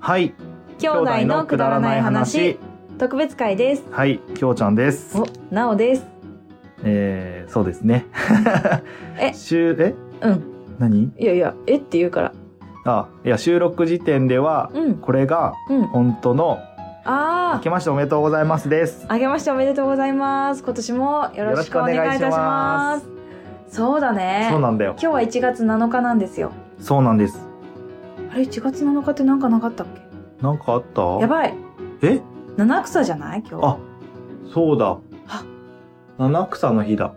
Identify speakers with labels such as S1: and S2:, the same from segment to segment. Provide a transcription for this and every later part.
S1: はい
S2: 兄弟のくだらない話特別会です
S1: はいきょうちゃんです
S2: おなおです
S1: えー、そうですね
S2: え
S1: 週え
S2: うん
S1: 何
S2: いやいやえって言うから
S1: あいや収録時点では、
S2: うん
S1: これが
S2: うん
S1: 本当の「明
S2: あ
S1: けましておめでとうございます」です
S2: ああげましておめでとうございます今年もよろしくお願いいたしますそうだね
S1: そうなんだよ
S2: 今日は1月7日なんですよ
S1: そうなんです
S2: あれ1月7日ってなんかなかったっけ
S1: なんかあった
S2: やばい
S1: え
S2: 七草じゃない今日
S1: あそうだ
S2: あ
S1: 七草の日だ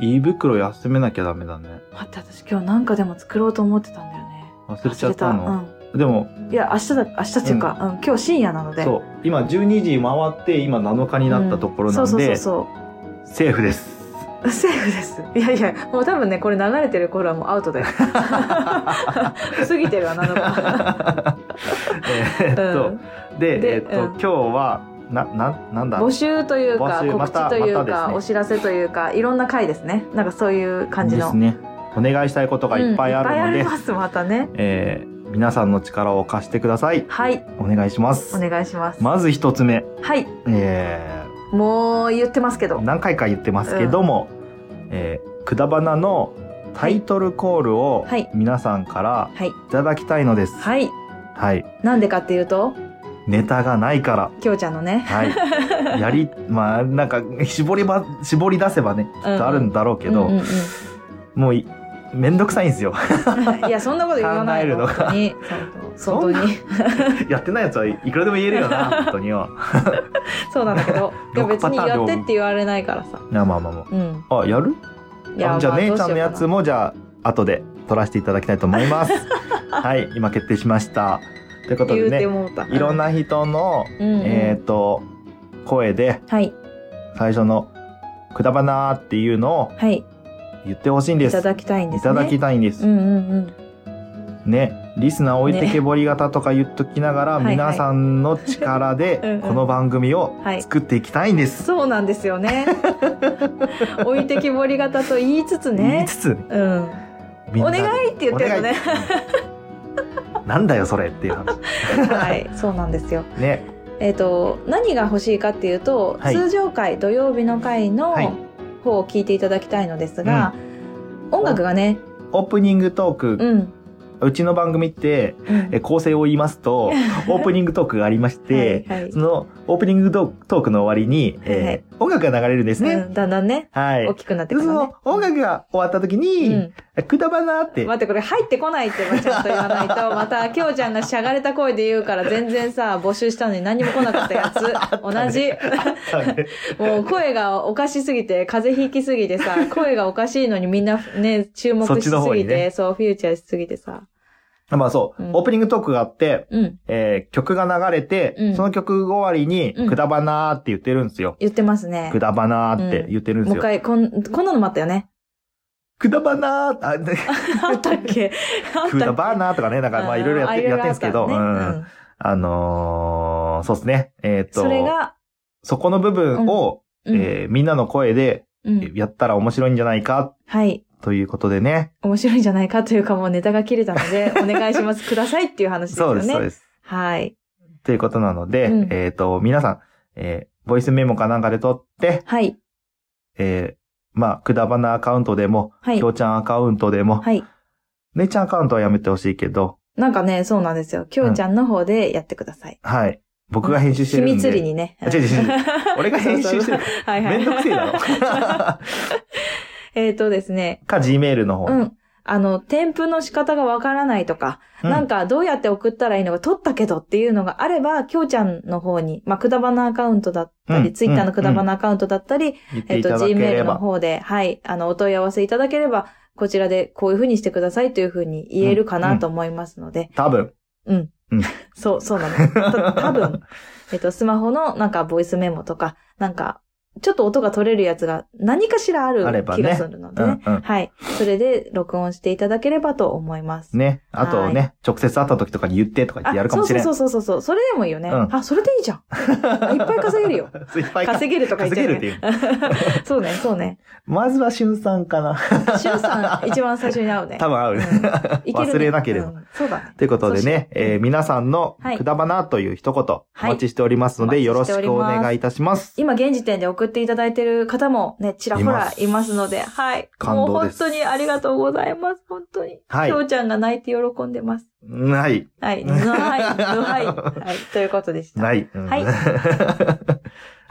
S1: 胃袋休めなきゃダメだね
S2: 待って私今日なんかでも作ろうと思ってたんだよね
S1: 忘れちゃったの
S2: 忘れ
S1: でも
S2: うん、いや明日だ明日っていうか、うん今日深夜なので
S1: そう今12時回って今7日になったところな
S2: そ
S1: ん
S2: うそう
S1: で
S2: そうそう
S1: セーフ です
S2: セーフです。いやいや、もう多分ね、これ流れてる頃はもうアウ トだよ。過ぎてるわ、なのか。
S1: えーっ
S2: う
S1: と
S2: ん、
S1: で
S2: で
S1: えーっと、
S2: うん
S1: 今日はななんなんだ
S2: 募集というか、
S1: 募集
S2: 告
S1: また
S2: 知という
S1: また
S2: か、
S1: ですね
S2: お知らせというか、いろんな回ですね。なんかそういう感じ
S1: で
S2: の。
S1: すねお願いしたいことがいっぱいあるの
S2: うんい
S1: で、
S2: っぱいあります、またね。
S1: えー皆さんの力を貸してください
S2: はい、
S1: お願いします
S2: お願いします。
S1: まず一つ目、
S2: はい、
S1: え
S2: もう言ってますけど
S1: ー、。何回か言ってますけども、えーくだばなのタイトルコールを
S2: はい
S1: 皆さんから
S2: はい、
S1: いただきたいのです。はい。
S2: はい。なんでかっていうと、
S1: ネタがないから。
S2: きょうちゃんのね。
S1: はい。やり、まあ、なんか、絞りば、絞り出せばね、きっとあるんだろうけど、
S2: うんうん
S1: もうい、めんどくさいんですよ。
S2: うん、い や、そんなこと言わないよ。
S1: 考えるのが
S2: 本当に。本当に。
S1: やってないやつはいくらでも言えるよな、本当には。
S2: そうなんだけど。いや、
S1: 六
S2: 別
S1: パターン
S2: に
S1: で
S2: やってって言われないからさ。
S1: いやまあまあま
S2: うん。
S1: あ。あ、やる
S2: いや
S1: あじゃあ、
S2: まあ
S1: 姉ち
S2: ど
S1: ゃ
S2: うんしよう
S1: の
S2: かな
S1: やつも、じゃあ、後で取らせていただきたいと思い ます。はい、今決定しました。ということ
S2: 言
S1: で
S2: う
S1: ね、
S2: てもうた。
S1: いろん、な人の、
S2: うんうん
S1: えっ、と、声で、
S2: はい、
S1: 最初の、くだばなーっていうのを
S2: はい、
S1: 言ってほしいんで
S2: い
S1: す。
S2: ただきたいんですね。
S1: いただきたいんです
S2: う。んうんうん。
S1: ね、リスナー置いてけぼり型とか言っときながら、
S2: ねはいはい
S1: 皆さんの力
S2: うんうん
S1: でこの番組を
S2: はい
S1: 作っていきたいんです。
S2: そうなんですよ ね。置いてきぼり型と言いつつ
S1: 言い
S2: ね。
S1: つつ、
S2: うん。
S1: みん
S2: お
S1: な
S2: 願いって言ってるのね。。
S1: お願いなんだよそれっていう話。
S2: はい、そうなんですよ。
S1: ね、
S2: えっ、と、何が欲しいかっていうと、
S1: はい
S2: 通常回土曜日の回の
S1: はい
S2: 方を聞いていただきたいのですが、音楽がね、
S1: オープニングトーク、
S2: うん、
S1: うちの番組って
S2: うん
S1: え構成を言います と、オープニングトークがありまして、
S2: はいはい
S1: そのオープニングトークの終わりに、
S2: はいは
S1: え
S2: い
S1: ー音楽が流れるんですね。
S2: うんだんだんね、
S1: はい。
S2: 大きくなって
S1: で
S2: く
S1: そ
S2: るね
S1: の。音楽が終わった時に、
S2: うん
S1: くだばなーって
S2: 待ってこれ入ってこないってちゃんと言わ ないとまたきょうちゃんがしゃがれた声で言うから全然さ募集したのに何も来なかったやつ同じもう声がおかしすぎて風邪ひきすぎ てさ声がおかしいのにみんなね注目
S1: そっ
S2: し
S1: ち
S2: す
S1: の方
S2: ぎ
S1: に
S2: て、
S1: ね
S2: そうフューチャーしすぎてさ
S1: まあそう、
S2: うん
S1: オープニングトークがあって、
S2: うん
S1: えー曲が流れて、
S2: うん
S1: その曲終わりに、
S2: うん
S1: くだばなーって言ってるんですよ。
S2: 言ってますね
S1: くだばなーって
S2: うん
S1: 言ってるんで
S2: も
S1: す
S2: う
S1: よ。
S2: 一回こんこんなのもあった よね
S1: くだばなーって、あで
S2: あったっけあ ったっけ
S1: くだばなーとかね、なんかまあいろいろやって、やってんですけど、
S2: あいろいろあった
S1: うん
S2: ねうん
S1: あのー、そうですね。えっ、と
S2: それが、
S1: そこの部分を、
S2: うん
S1: えーみんなの声で
S2: うん
S1: やったら面白いんじゃないか、
S2: はい
S1: ということでね。
S2: 面白いんじゃないかというかもうネタが切れたので、お願いし ます。くださいっていう話です
S1: そ
S2: よ
S1: う
S2: ね。
S1: です、そうです。
S2: はい。
S1: ということなので、
S2: うん
S1: えっ、と、皆さん、えーボイスメモかなんかで撮って、
S2: はい。
S1: えーまあ、くだばなアカウントでも、
S2: はい
S1: きょ。うちゃんアカウントでも、
S2: はい。
S1: 姉ちゃんアカウントはやめてほしいけど、
S2: なんかね、そうなんですよ。きょうちゃんの方でやってください。
S1: はい。僕が編集してるんで。
S2: 秘密裏にね。
S1: あ違う違う違う 俺が編集してる。
S2: そうそう はいはい。
S1: めんどくせえだろ。
S2: えっとですね。
S1: か、Gmail の方。
S2: うん。あの、添付の仕方がわからないとか、
S1: うん
S2: なんかどうやって送ったらいいのか、取ったけどっていうのがあれば、きょうちゃんの方に、まあ、くだばなアカウントだった
S1: う
S2: り、
S1: ん
S2: ツイッターのくだばなアカウントだったり、
S1: 言って
S2: えっ
S1: い
S2: と、
S1: ただけ
S2: Gmail
S1: れ
S2: の
S1: ば。
S2: 方で、はい、あの、お問い合わせいただければ、こちらでこういうふうにしてくださいというふうに言えるかなと思いますので、
S1: 多分。
S2: うん。
S1: うん
S2: そう、そうなの。た多分えっと、スマホのなんかボイスメモとか、なんか、ちょっと音が取れるやつが何かしらある
S1: あればね
S2: 気がするの
S1: う
S2: で、ね
S1: んうん。
S2: はい。それで録音していただければと思います。
S1: ね。あとね、直接会った時とかに言ってとか言ってやるかもしれん。
S2: そうそうそうそうそう。それでもいいよね。
S1: うん
S2: あ、それでいいじゃん。いっぱい稼げるよ。
S1: いっぱいか
S2: 稼げるとか言っちゃう、ね。っていう。そうね、そうね。
S1: まずはしゅんさんかな。
S2: しゅんさん、一番最初に会うね。
S1: 多分会う
S2: うん
S1: ね。
S2: いけるね
S1: 忘れなければ
S2: うんそうだね。
S1: ということでね、えー皆さんの
S2: はい
S1: くだばなという一言、お待ちしておりますので、
S2: はい
S1: よろしくお
S2: お待ちしております
S1: 願いいたします。
S2: 今現時点で送っていただいてる方もね、ちらほ
S1: いま
S2: ら
S1: す
S2: いますので、はい。
S1: 感動です
S2: もう本当にありがとうございます。本当に。
S1: はい
S2: きょうちゃんが泣いて喜んでます。
S1: うんはい。
S2: はい。ぬはい。ぬ はい。はい。ということでした。
S1: ない。 うん
S2: はい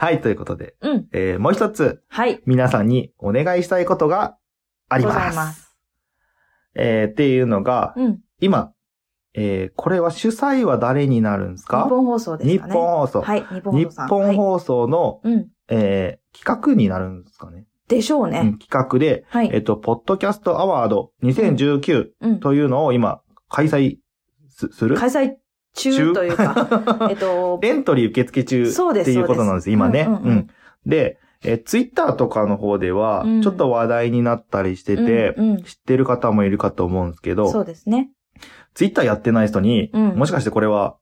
S1: はい、ということで、
S2: うん。
S1: えーもう一つ、
S2: はい。
S1: 皆さんにお願いしたいことがあり
S2: ご
S1: ます。
S2: ざいます。
S1: えーっていうのが、
S2: うん。
S1: 今、えーこれは主催は誰になるんです
S2: 日
S1: か
S2: 本放送ですかね。
S1: 日本放送。
S2: はい。日本
S1: 日
S2: 放送さん。
S1: 本
S2: はい
S1: 放送の、
S2: うん。
S1: えー企画になるんですかね。
S2: でしょう
S1: う
S2: ね。
S1: ん企画で、
S2: は
S1: えっ
S2: い。
S1: と、ポッドキャストアワード2019
S2: うん。
S1: というのを今、開催すする
S2: 開催中というか、 えっと、
S1: エントリー受付中
S2: そうです
S1: っていうことなんです、
S2: そうです
S1: 今ね。う
S2: うんんうんうん
S1: で、えツイッター Twitter とかの方では
S2: う、ん
S1: ちょっと話題になったりしてて、
S2: うんうん
S1: 知ってる方もいるかと思うんですけ
S2: そ
S1: ど、
S2: うですね。
S1: ツイッターやってない人に、
S2: うん
S1: もしかしてこれは、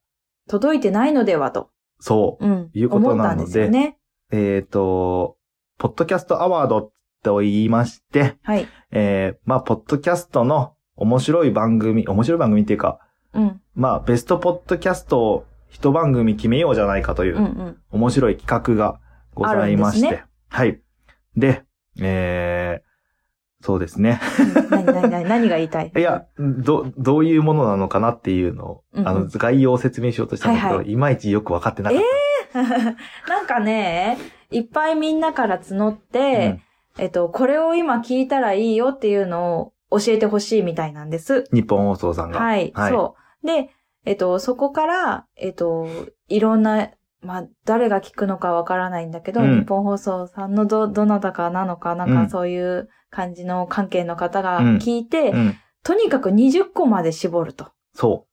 S2: 届いてないのではと、
S1: そう、
S2: うん。
S1: いうことなので
S2: 思ったんですよね。
S1: えっ、と、ポッドキャストアワードと言いまして、
S2: はい。
S1: えーまあ、ポッドキャストの面白い番組、面白い番組っていうか、
S2: うん。
S1: まあ、ベストポッドキャストを一番組決めようじゃないかというう、
S2: んうん。
S1: 面白い企画がございまして。
S2: あるんです
S1: はい。で、えー、そうですね。
S2: 何、何、何、何が言いたい
S1: いや、ど、どういうものなのかなっていうのを、
S2: うんうん
S1: あの、概要を説明しようとしたんだけど、、
S2: はい
S1: まいちよくわかってなかった。
S2: なんかね、いっぱいみんなから募って、えっと、これを今聞いたらいいよっていうのを教えてほしいみたいなんです。
S1: うん日本放送さんが。
S2: はい、
S1: はい
S2: そう。で、えっと、そこから、えっと、いろんな、まあ、誰が聞くのかわからないんだけど、
S1: うん
S2: 日本放送さんのど、どなたかなのか、なん
S1: うん
S2: かそういう感じの関係の方が
S1: うん
S2: 聞いて、
S1: うん。
S2: とにかく20個まで絞ると。
S1: そ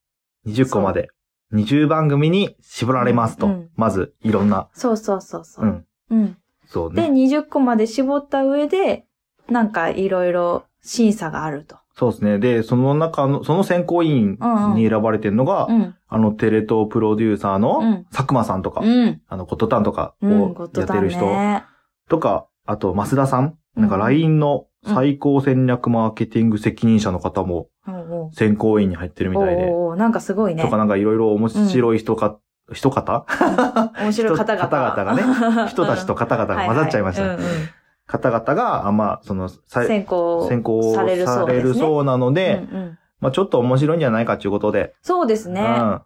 S1: う。20個まで。20番組に絞られますと。
S2: うんうん
S1: まず、いろんな。
S2: そうそうそうそうう。
S1: ん。
S2: うん。
S1: そう
S2: で、
S1: ね。
S2: 20個まで絞った上で、なんかいろいろ審査があると。
S1: そうですね。で、その中の、その選考委員に選ばれてるのが、
S2: うん。
S1: あの、テレ東プロデューサーの、
S2: うん
S1: 佐久間さんとか、
S2: うん。
S1: あの、ゴットタンとか
S2: う
S1: を
S2: ん。こと
S1: やって
S2: だ
S1: る人
S2: ね。
S1: とか、あと、増田さん、なんか
S2: うん
S1: LINE の最高戦略マーケティング責任者の方も
S2: うんうん
S1: 選考委員に入ってるみ
S2: お
S1: たいで、
S2: おーなんかすごいね
S1: と。かなんかいろいろ面白い人か、人 方
S2: 面白い方々。
S1: 人方
S2: が
S1: 人たちと方々が混ざっちゃいましたね。
S2: はいはいうんうん
S1: 方々が、あまあ、その、さ
S2: 先行
S1: 選考
S2: されるそ
S1: さ
S2: うで
S1: れ
S2: すね。
S1: るそうなので、
S2: うんうん
S1: まあちょっと面白いんじゃないかということで。
S2: そうですね、
S1: うん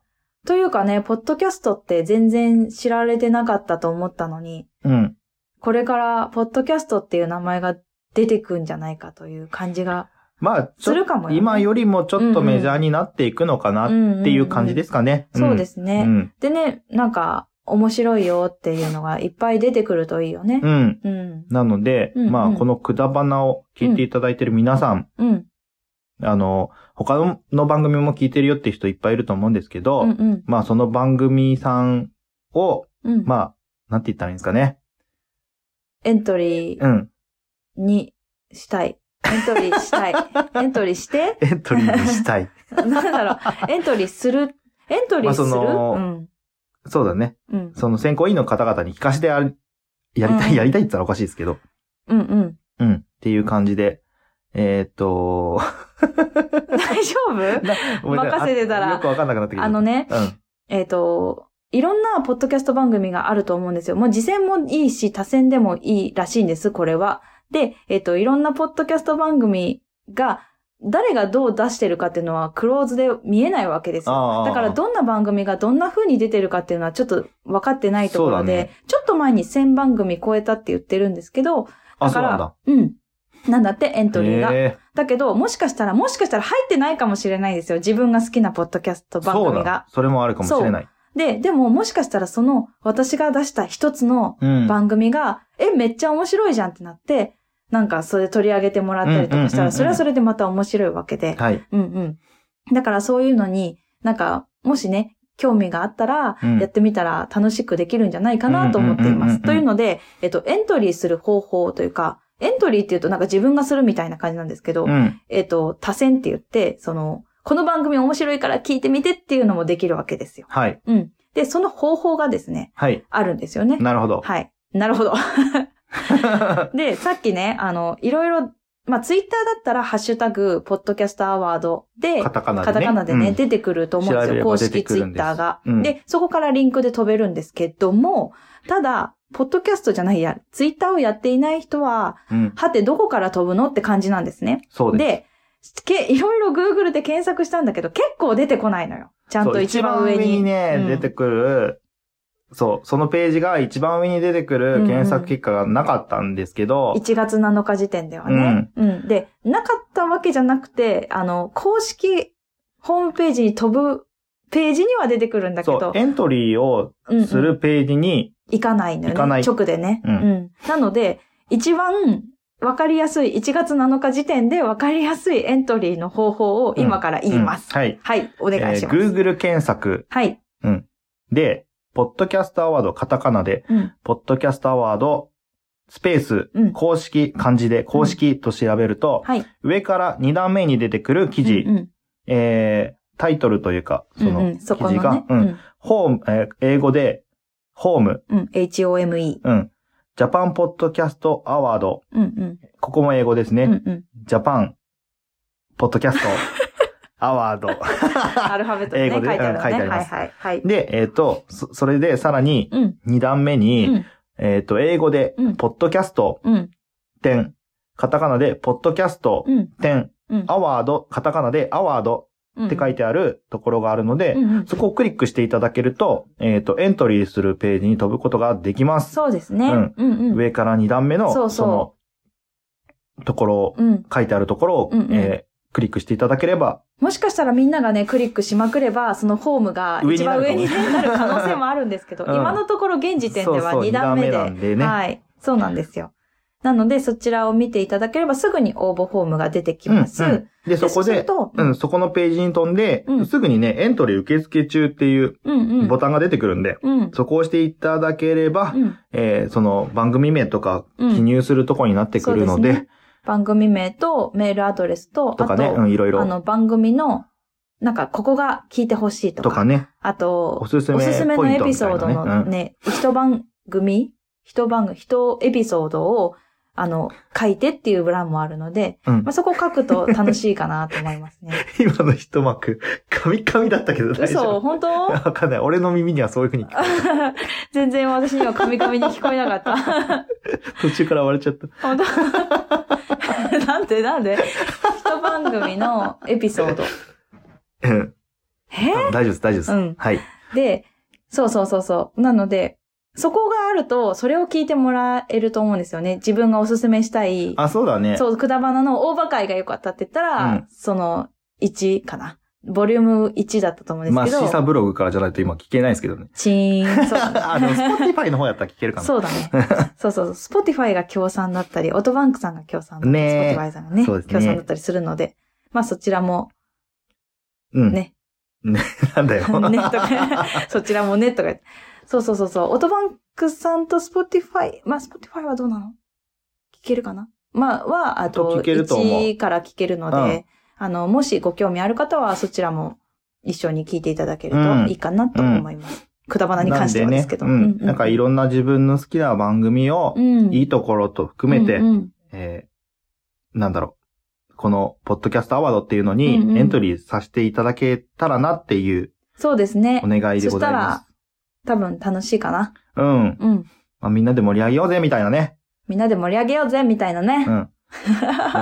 S2: というかね、ポッドキャストって全然知られてなかったと思ったのに、
S1: うん。
S2: これからポッドキャストっていう名前が出てくんじゃないかという感じが
S1: まあ、ち
S2: す
S1: ょ
S2: るかもよ、ね。、
S1: 今よりもちょっとメジャーになっていくのかなっていう感じですすかね。
S2: うんうんうんそうですすね、
S1: うん。
S2: でね、なんか面白いよっていうのがいっぱい出てくるといいよね
S1: う。ん。
S2: うん。
S1: なので、
S2: うんうん
S1: まあ、このくだばなを聞いていただいてる皆さん、
S2: うん。
S1: あの、他の番組も聞いてるよって人いっぱいいると思うんですけど、
S2: うん。うん。
S1: まあ、その番組さんを、
S2: うん。
S1: まあ、なんて言ったらいいんですかね。
S2: エントリー
S1: うん。
S2: にしたい。エントリー したい。エントリーして
S1: エントリーにした い。
S2: なんだろう。エントリーする。エントリーする、
S1: まあその
S2: うん。
S1: そうだね。
S2: うん。
S1: その選考委員の方々に聞かせてやりやりた
S2: う
S1: い、
S2: ん
S1: やりたいって言ったらおかしいですけど、
S2: うんうん。
S1: うん。っていう感じで、えーっと、
S2: 大丈夫
S1: な ごめんなさい
S2: 任せてたら
S1: あよくわかんなくなってきた。
S2: あのね
S1: うん。
S2: えっ、と、いろんなポッドキャスト番組があると思うんですよ。もう次戦もいいし、多戦でもいいらしいんです、これは。で、えっ、と、いろんなポッドキャスト番組が、誰がどう出してるかっていうのはクローズで見えないわけですよ。
S1: ああ
S2: だからどんな番組がどんな風に出てるかっていうのはちょっと分かってないところ
S1: そうだ
S2: で、
S1: ね
S2: ちょっと前に1000番組超えたって言ってるんですけど、
S1: あ、
S2: だ
S1: そ
S2: か
S1: う
S2: ら
S1: なんだ。
S2: うん。なんだって、エントリーが。
S1: へ
S2: だけど、もしかしたら、もしかしたら入ってないかもしれないですよ。自分が好きなポッドキャスト
S1: ー
S2: 番
S1: そう
S2: 組
S1: だ
S2: が。。
S1: それもあるかもしれない。
S2: で、でももしかしたらその、私が出した一つの
S1: うん。
S2: 番組が、え、めっちゃ面白いじゃんってなって、なんかそれ取り上げてもらったりとかした
S1: うんうんうんうん
S2: ら、それはそれでまた面白いわけで。
S1: はい。
S2: うんうん。だからそういうのに、なんか、もしね、興味があったら
S1: うん、
S2: やってみたら楽しくできるんじゃないかなと思っていま
S1: うんうんうんうんうん
S2: す。というので、えっと、エントリーする方法というか、エントリーっていうとなんか自分がするみたいな感じなんですけど、
S1: うん。
S2: えっと、多選って言って、その、この番組面白いから聞いてみてっていうのもできるわけですよ。
S1: はい。
S2: うん。で、その方法がですね、
S1: はい。
S2: あるんですよね。
S1: なるほど。
S2: はい。なるほど。 で、さっきね、あの、いろいろ、まあ、ツイッターだったら、ハッシュタグ、ポッドキャストアワードで、
S1: カタカナでね。
S2: カタカナでね、
S1: うん
S2: 出てくると思うんです
S1: 調べれ
S2: よ。
S1: ば
S2: 公
S1: 出て
S2: 式
S1: く
S2: ツイ
S1: るん
S2: ッ
S1: です
S2: ターが、
S1: うん
S2: で、そこからリンクで飛べるんですけども、ただ、ポッドキャストじゃないや、ツイッターをやっていない人は、
S1: うん。
S2: はてどこから飛ぶのって感じなんですね。
S1: そうです。
S2: で、けいろいろ Google で検索したんだけど、結構出てこないのよ。ちゃん
S1: そ
S2: と
S1: う
S2: 一番上に。
S1: ね、
S2: うん
S1: 出てくる、そう、そのページが一番上に出てくる検索結果がなかったんですけど、
S2: 1月7日時点ではね、うん。で、なかったわけじゃなくて、あの、公式ホームページに飛ぶページには出てくるんだけ
S1: そう
S2: ど、、
S1: エントリーを
S2: うんうん
S1: するページに、
S2: 行かないのよね。
S1: 行かない
S2: 直でね。
S1: うん
S2: なので、一番わかりやすい、1月7日時点でわかりやすいエントリーの方法を今から言います。
S1: うんはい。
S2: はい、お願いし
S1: えー
S2: ます。
S1: Google 検索
S2: はい。
S1: で、ポッドキャストアワード、カタカナで、
S2: うん。
S1: ポッドキャストアワード、スペース、
S2: うん
S1: 公式、漢字で公式と調べると、
S2: はい。
S1: 上から2段目に出てくる記事、
S2: うんうん
S1: えー、タイトルというか、そ
S2: うんう
S1: の
S2: ん
S1: 記
S2: そこ
S1: 事
S2: の
S1: が
S2: ね、。
S1: う
S2: うんん。
S1: ホーム、えー英語で、ホーム、
S2: うん。HOME。
S1: うん。ジャパンポッドキャストアワード。
S2: うんうん。
S1: ここも英語ですね。
S2: うんうん。
S1: ジャパン、ポッドキャ スト、アワード。
S2: アルファベット
S1: 英
S2: でね、
S1: 語
S2: 書い
S1: で
S2: てある
S1: う
S2: のね。
S1: ん書いてあり
S2: は
S1: ま
S2: い
S1: す
S2: はいはい。
S1: で、えっ、と、そそれでさらに
S2: うん。
S1: 2段目に、
S2: うん
S1: えっ、と、英語で
S2: うん、
S1: ポッドキャスト、
S2: うん。
S1: 点、カタカナで、ポッドキャスト、
S2: うん。
S1: 点、
S2: うん
S1: アワード、カタカナで、アワード
S2: うん。
S1: って書いてあるところがあるので、
S2: うんうん
S1: そこをクリックしていただけると、えっ、と、エントリーするページに飛ぶことができます。
S2: そうです
S1: う
S2: ね。うんんうん。
S1: 上から2段目の、
S2: そうそう
S1: の、ところを
S2: うん。
S1: 書いてあるところを、
S2: うんうん
S1: えークリックしていただければ、
S2: もしかしたらみんながね、クリックしまくれば、そのホームが
S1: 上に
S2: 一
S1: なる
S2: 番
S1: か
S2: 上
S1: も
S2: にねなる可能性もあるんですけど、
S1: うん
S2: 今のところ現時点で
S1: そ
S2: は
S1: うそう
S2: 2段目
S1: 二
S2: で。
S1: 段目なんでね
S2: はい。そうなんですよ。なので、そちらを見ていただければすぐに応募フォームが出てきます。
S1: うんうんで、そこ
S2: そうす
S1: で
S2: る、と、
S1: うん、そこのページに飛んで、
S2: うん
S1: すぐにね、エントリー受付中っていう
S2: うんうん。
S1: ボタンが出てくるんで、
S2: うん。
S1: そこを押していただければ、
S2: うん。
S1: えーその番組名とか
S2: うん
S1: 記入するとこになってくるの
S2: そう
S1: で、
S2: ですね番組名とメールアドレスと、
S1: とかね、
S2: あと、
S1: うん、いろい
S2: あ
S1: ろ
S2: の、番組の、なんか、ここが聞いてほしいと
S1: と
S2: か、
S1: かね、
S2: あと、
S1: おすすめ
S2: おすすめ
S1: ポ
S2: の
S1: イン
S2: エ
S1: ト
S2: ピ
S1: みた
S2: ソー
S1: い
S2: ド
S1: なね
S2: のね、一番組一番組、一エピソードを、あの、書いてっていう欄もあるので、
S1: うん
S2: まあ、そこ書くと楽しいかなと思いますね。
S1: 今の一幕、カミカミだったけど 大丈
S2: 嘘、
S1: 夫。
S2: 本当
S1: わかんない。俺の耳にはそういう風に聞こえる
S2: 全然私にはカミカミに聞こえなか った。
S1: 途中から割れちゃった。
S2: 本当 なんでなんで一番組のエピ ソード。
S1: うん
S2: え
S1: 大丈夫です、大丈夫です。
S2: うん
S1: はい。
S2: で、そうそうそうそう。なので、そこがあると、それを聞いてもらえると思うんですよね。自分がおすすめしたい。
S1: あ、そうだね。
S2: そう、くだばなの大葉会が良かったって言ったら、
S1: うん
S2: その1かな。ボリューム1だったと思うんで
S1: ますあ、シ
S2: けど。
S1: ーサブログからじゃないと今聞けないですけどね。
S2: チー ン。そうだね
S1: あ、でも、スポティファイの方やったら聞けるかな。
S2: そうだ ね。そうそうそう。スポティファイが協賛だったり、オートバンクさんが協賛だったり、スポ
S1: ねえ
S2: ティファイさんがね、
S1: そうですね
S2: 協賛だったりするので、まあそちらも
S1: うん。
S2: ね。
S1: なんだよ。
S2: ねとか、そちらもねとか言って。そうそうそうそう。オートバンクさんとスポティファイ、まあスポティファイはどうなの聞けるかなまあは、あと
S1: 聞けると思う
S2: 1から聞けるので、
S1: うん
S2: あの、もしご興味ある方はそちらも一緒に聞いていただける
S1: うん
S2: といいかなと思います。くだばなに関してはですけど。
S1: なんでね、うん。なんかい
S2: ろ、
S1: ろんな自分の好きな番組を、
S2: うん、
S1: いいところと含めて、
S2: うんうん
S1: えーなんだろう。この、ポッドキャストアワードっていうのに
S2: うんう、ん
S1: エントリーさせていただけたらなっていう
S2: そうですね
S1: お。願いでございま
S2: そ多分楽しいかな。
S1: す。うん。
S2: うん。
S1: まあ、みんなで盛り上げようぜ、みたいな ね。
S2: みんなで盛り上げようぜ、みたいなね
S1: う。ん。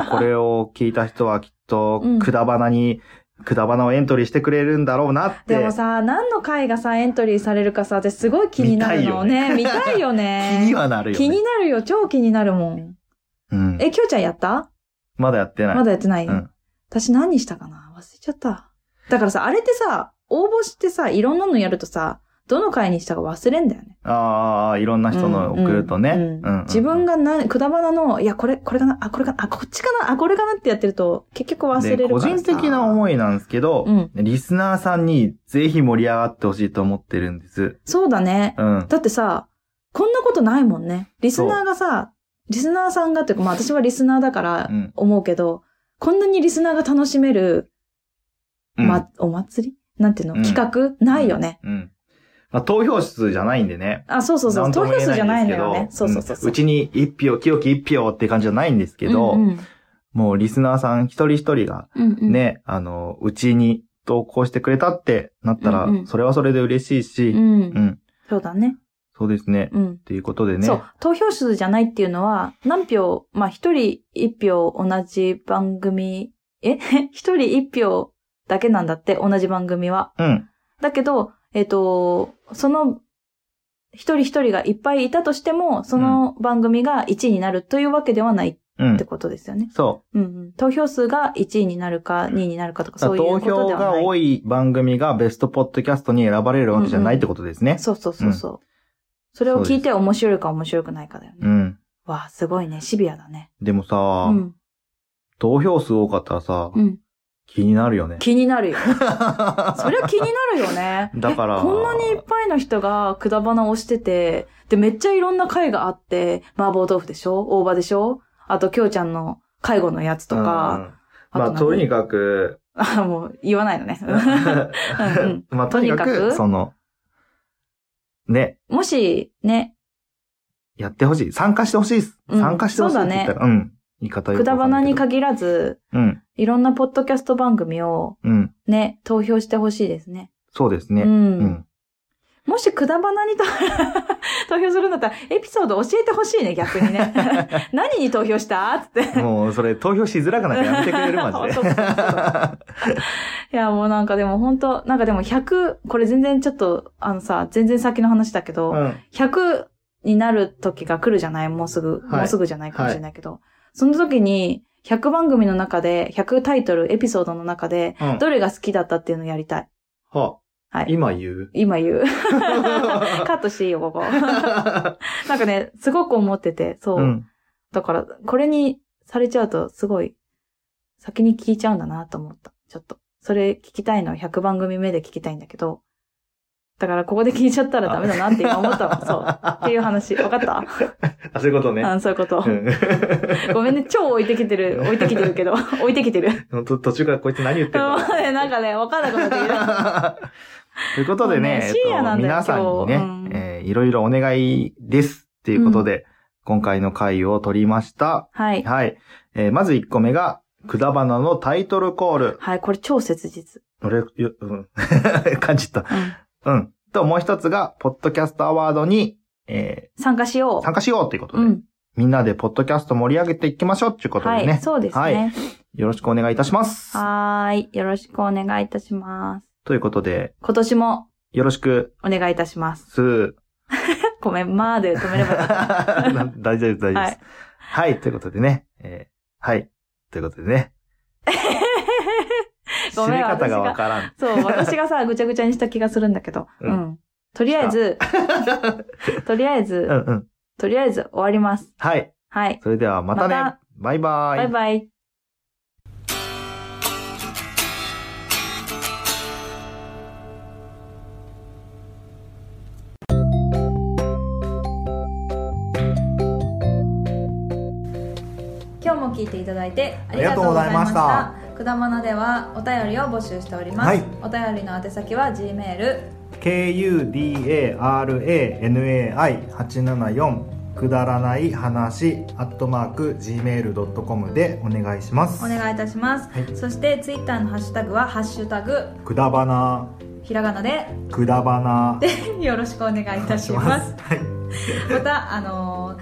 S1: これを聞いた人はきっと
S2: うん、
S1: くだばなに、くだばなをエントリーしてくれるんだろうなって。
S2: でもさ、何の回がさ、エントリーされるかさ、私すごい気になるのね。見たいよ
S1: 気
S2: ね。
S1: にはなるよ、ね。
S2: 気になるよ。超気になるもん。
S1: うん。
S2: え、きょうちゃんやった
S1: まだやってない。
S2: まだやってない、
S1: うん
S2: 私何したかな忘れちゃった。だからさ、あれってさ、応募してさ、いろんなのやるとさ、どの回にしたか忘れんだよね。
S1: ああ、いろんな人の送るとね。
S2: うんうん
S1: うんうん
S2: 自分がな、くだばなの、いや、これ、これかな、あ、これかな、あ、こっちかな、あ、これかなってやってると、結局忘れ
S1: で
S2: るか
S1: 個
S2: らさ。。
S1: 人的ない思いなんですけど、
S2: うん
S1: リスナーさんにぜひ盛り上がってほしいと思ってるんです。
S2: そうだね。
S1: うん。
S2: だってさ、こんなことないもんね。リスナーがさ、リスナーさんがっていうか、まあ私はリスナーだから
S1: うん
S2: 思うけど、こんなにリスナーが楽しめる、
S1: うん
S2: ま、お祭りなんていうの、
S1: うん
S2: 企画ないよね。。
S1: うん。まあ、投票数じゃないんでね。
S2: あ、そうそうそう。
S1: なんと
S2: 投
S1: も言
S2: 票
S1: え
S2: 数じゃない
S1: んです
S2: の
S1: けど
S2: よね。そうそうそ
S1: ん
S2: う。
S1: うちに一票、清き一票って感じじゃないんですけど、
S2: うんうん
S1: もうリスナーさん一人一人が
S2: うんうん
S1: ね、あの、うちに投稿してくれたってなったら、
S2: うんうん
S1: それはそれで嬉しいし、
S2: う。
S1: うんん。
S2: そうだね。
S1: そうですね。
S2: うん。
S1: ということでね。
S2: そう。投票数じゃないっていうのは、何票、まあ、一人一票同じ番組、え 一人一票だけなんだって、同じ番組は。
S1: うん。
S2: だけど、えっ、と、その、一人一人がいっぱいいたとしても、その番組が1位になるというわけではないっ
S1: うん
S2: て。ことですよね。
S1: そう。
S2: うん、うん。投票数が1位になるか、2位になるかとか、そういう
S1: 投
S2: ことでは
S1: 票
S2: ない。
S1: が多
S2: い。
S1: い番組がベストポッドキャストに選ばれるわけじゃないってことですね。
S2: そうそうそうそう。それを聞いて面白いか面白くないかだよね。
S1: うん。
S2: わあ、すごいね。シビアだね。
S1: でもさ、
S2: うん。
S1: 投票数多かったらさ、
S2: うん。
S1: 気になるよね。
S2: 気になるよ。そ
S1: そ。
S2: りゃ気になるよね
S1: だから
S2: えこんなにいっぱいの人がくだばなをしてて、で、めっちゃいろんな回があって、麻婆豆腐でしょ大葉でしょあと、きょうちゃんの介護のやつとか。、
S1: うんまあ、
S2: と
S1: とに
S2: か
S1: かく、
S2: く。あ、 もう言わないのね。ん
S1: まあ、とにか
S2: とにか
S1: く、
S2: く
S1: その、ね、
S2: もし、ね、
S1: やってほしい。参加してほしいです。
S2: うん
S1: 参加してほしいって言ったら、うん。言い方よ
S2: く
S1: く
S2: だ
S1: わか
S2: ば
S1: んな
S2: ない
S1: け
S2: に
S1: ど
S2: 限らず、
S1: うん。
S2: いろんなポッドキャスト番組を
S1: うん。
S2: ね、投票してほしいですね。
S1: そうですね。
S2: う。
S1: うんん。
S2: もしくだばなにと 投票するんだったら、エピソード教えてほしいね、逆にね。 何に投票したつって。
S1: もう、それ、投票しづらくなってやめてくれる、 マジ
S2: そうそうそういや、もうなんかでも本当なんかでも100、これ全然ちょっと、あのさ、全然先の話だけど、
S1: で。うん。
S2: 100になる時が来るじゃないもうすぐ、
S1: はい
S2: もうすぐじゃないかもしれないけど、その時に、100番組の中で、100タイトル、エピソードの中で、
S1: うん。
S2: どれが好きだったっていうのをやりたい。
S1: は、
S2: はい
S1: 今言う
S2: 今言う。 カットしていいよ、ここ。 なんかね、すごく思ってて、そう。
S1: うん。
S2: だから、これにされちゃうと、すごい、先に聞いちゃうんだなと思った。ちょっと。それ聞きたいのは100番組目で聞きたいんだけど、だからここで聞いちゃったらダメだなって今思った の。そう。っていう話。わかった
S1: あ、そういうことね。
S2: うん、そういうこと。ごめんね、超置いてきてる、置いてきてるけど、 置いてきてる。
S1: うん と途中からこいつ何言ってん
S2: も
S1: だ
S2: うね、なんかね、わかんな くなってきた。
S1: ということでね、
S2: もうね
S1: えっ
S2: 深夜
S1: と、
S2: なんだよ
S1: 皆さんにね、
S2: 今日
S1: えーいろいろお願いですっていうことで、今回の回を取りました。
S2: はい。
S1: はい。えーまず1個目が、くだばなのタイトルコール。
S2: はい、これ超切実。
S1: 俺、ようん、 感じた。
S2: うん。
S1: うん。と、もう一つが、ポッドキャストアワードに、え
S2: 参加しよ
S1: ー参加しようということ
S2: う。う
S1: で、
S2: ん。
S1: みんなでポッドキャスト盛り上げていきましょうっていうこと
S2: は
S1: でね。
S2: い、そうです
S1: はい
S2: ね。
S1: よろしくお願いいたします。
S2: はーい。よろしくお願いいたします。
S1: ということで、
S2: 今年も
S1: よろしく、
S2: お願いいたします。
S1: す。
S2: ごめん、まーで止めればよかっ
S1: 大丈夫です、大丈夫です。はい、ということでね。えーはい。ということでね。
S2: た。 ご
S1: 締
S2: め
S1: め
S2: ん、
S1: 方
S2: 私
S1: がわ
S2: が。
S1: からん。
S2: そう、私がさ、ぐちゃぐちゃにした気がするんだけど。
S1: う
S2: うんん。とりあえず、とりあえ
S1: う
S2: ず、
S1: んうん。
S2: とりあえず終わります。
S1: はい。
S2: はい。
S1: それではまたね。
S2: また
S1: バイバイ。
S2: バイバイ。今日も聞いていただいてありがとうございました。
S1: あ
S2: くだまなではお便りを募集しております。
S1: はい
S2: お便りの宛先は G メール
S1: kudaranai874 くだらない話アットマーク gmail.com でお願いします
S2: お願いいたします。
S1: はい
S2: そしてツイッターのハッシュタグはハッシュタグ
S1: くだばな
S2: ひらがなで
S1: くだばな
S2: よろしくお願いいたします。
S1: はい
S2: またあのー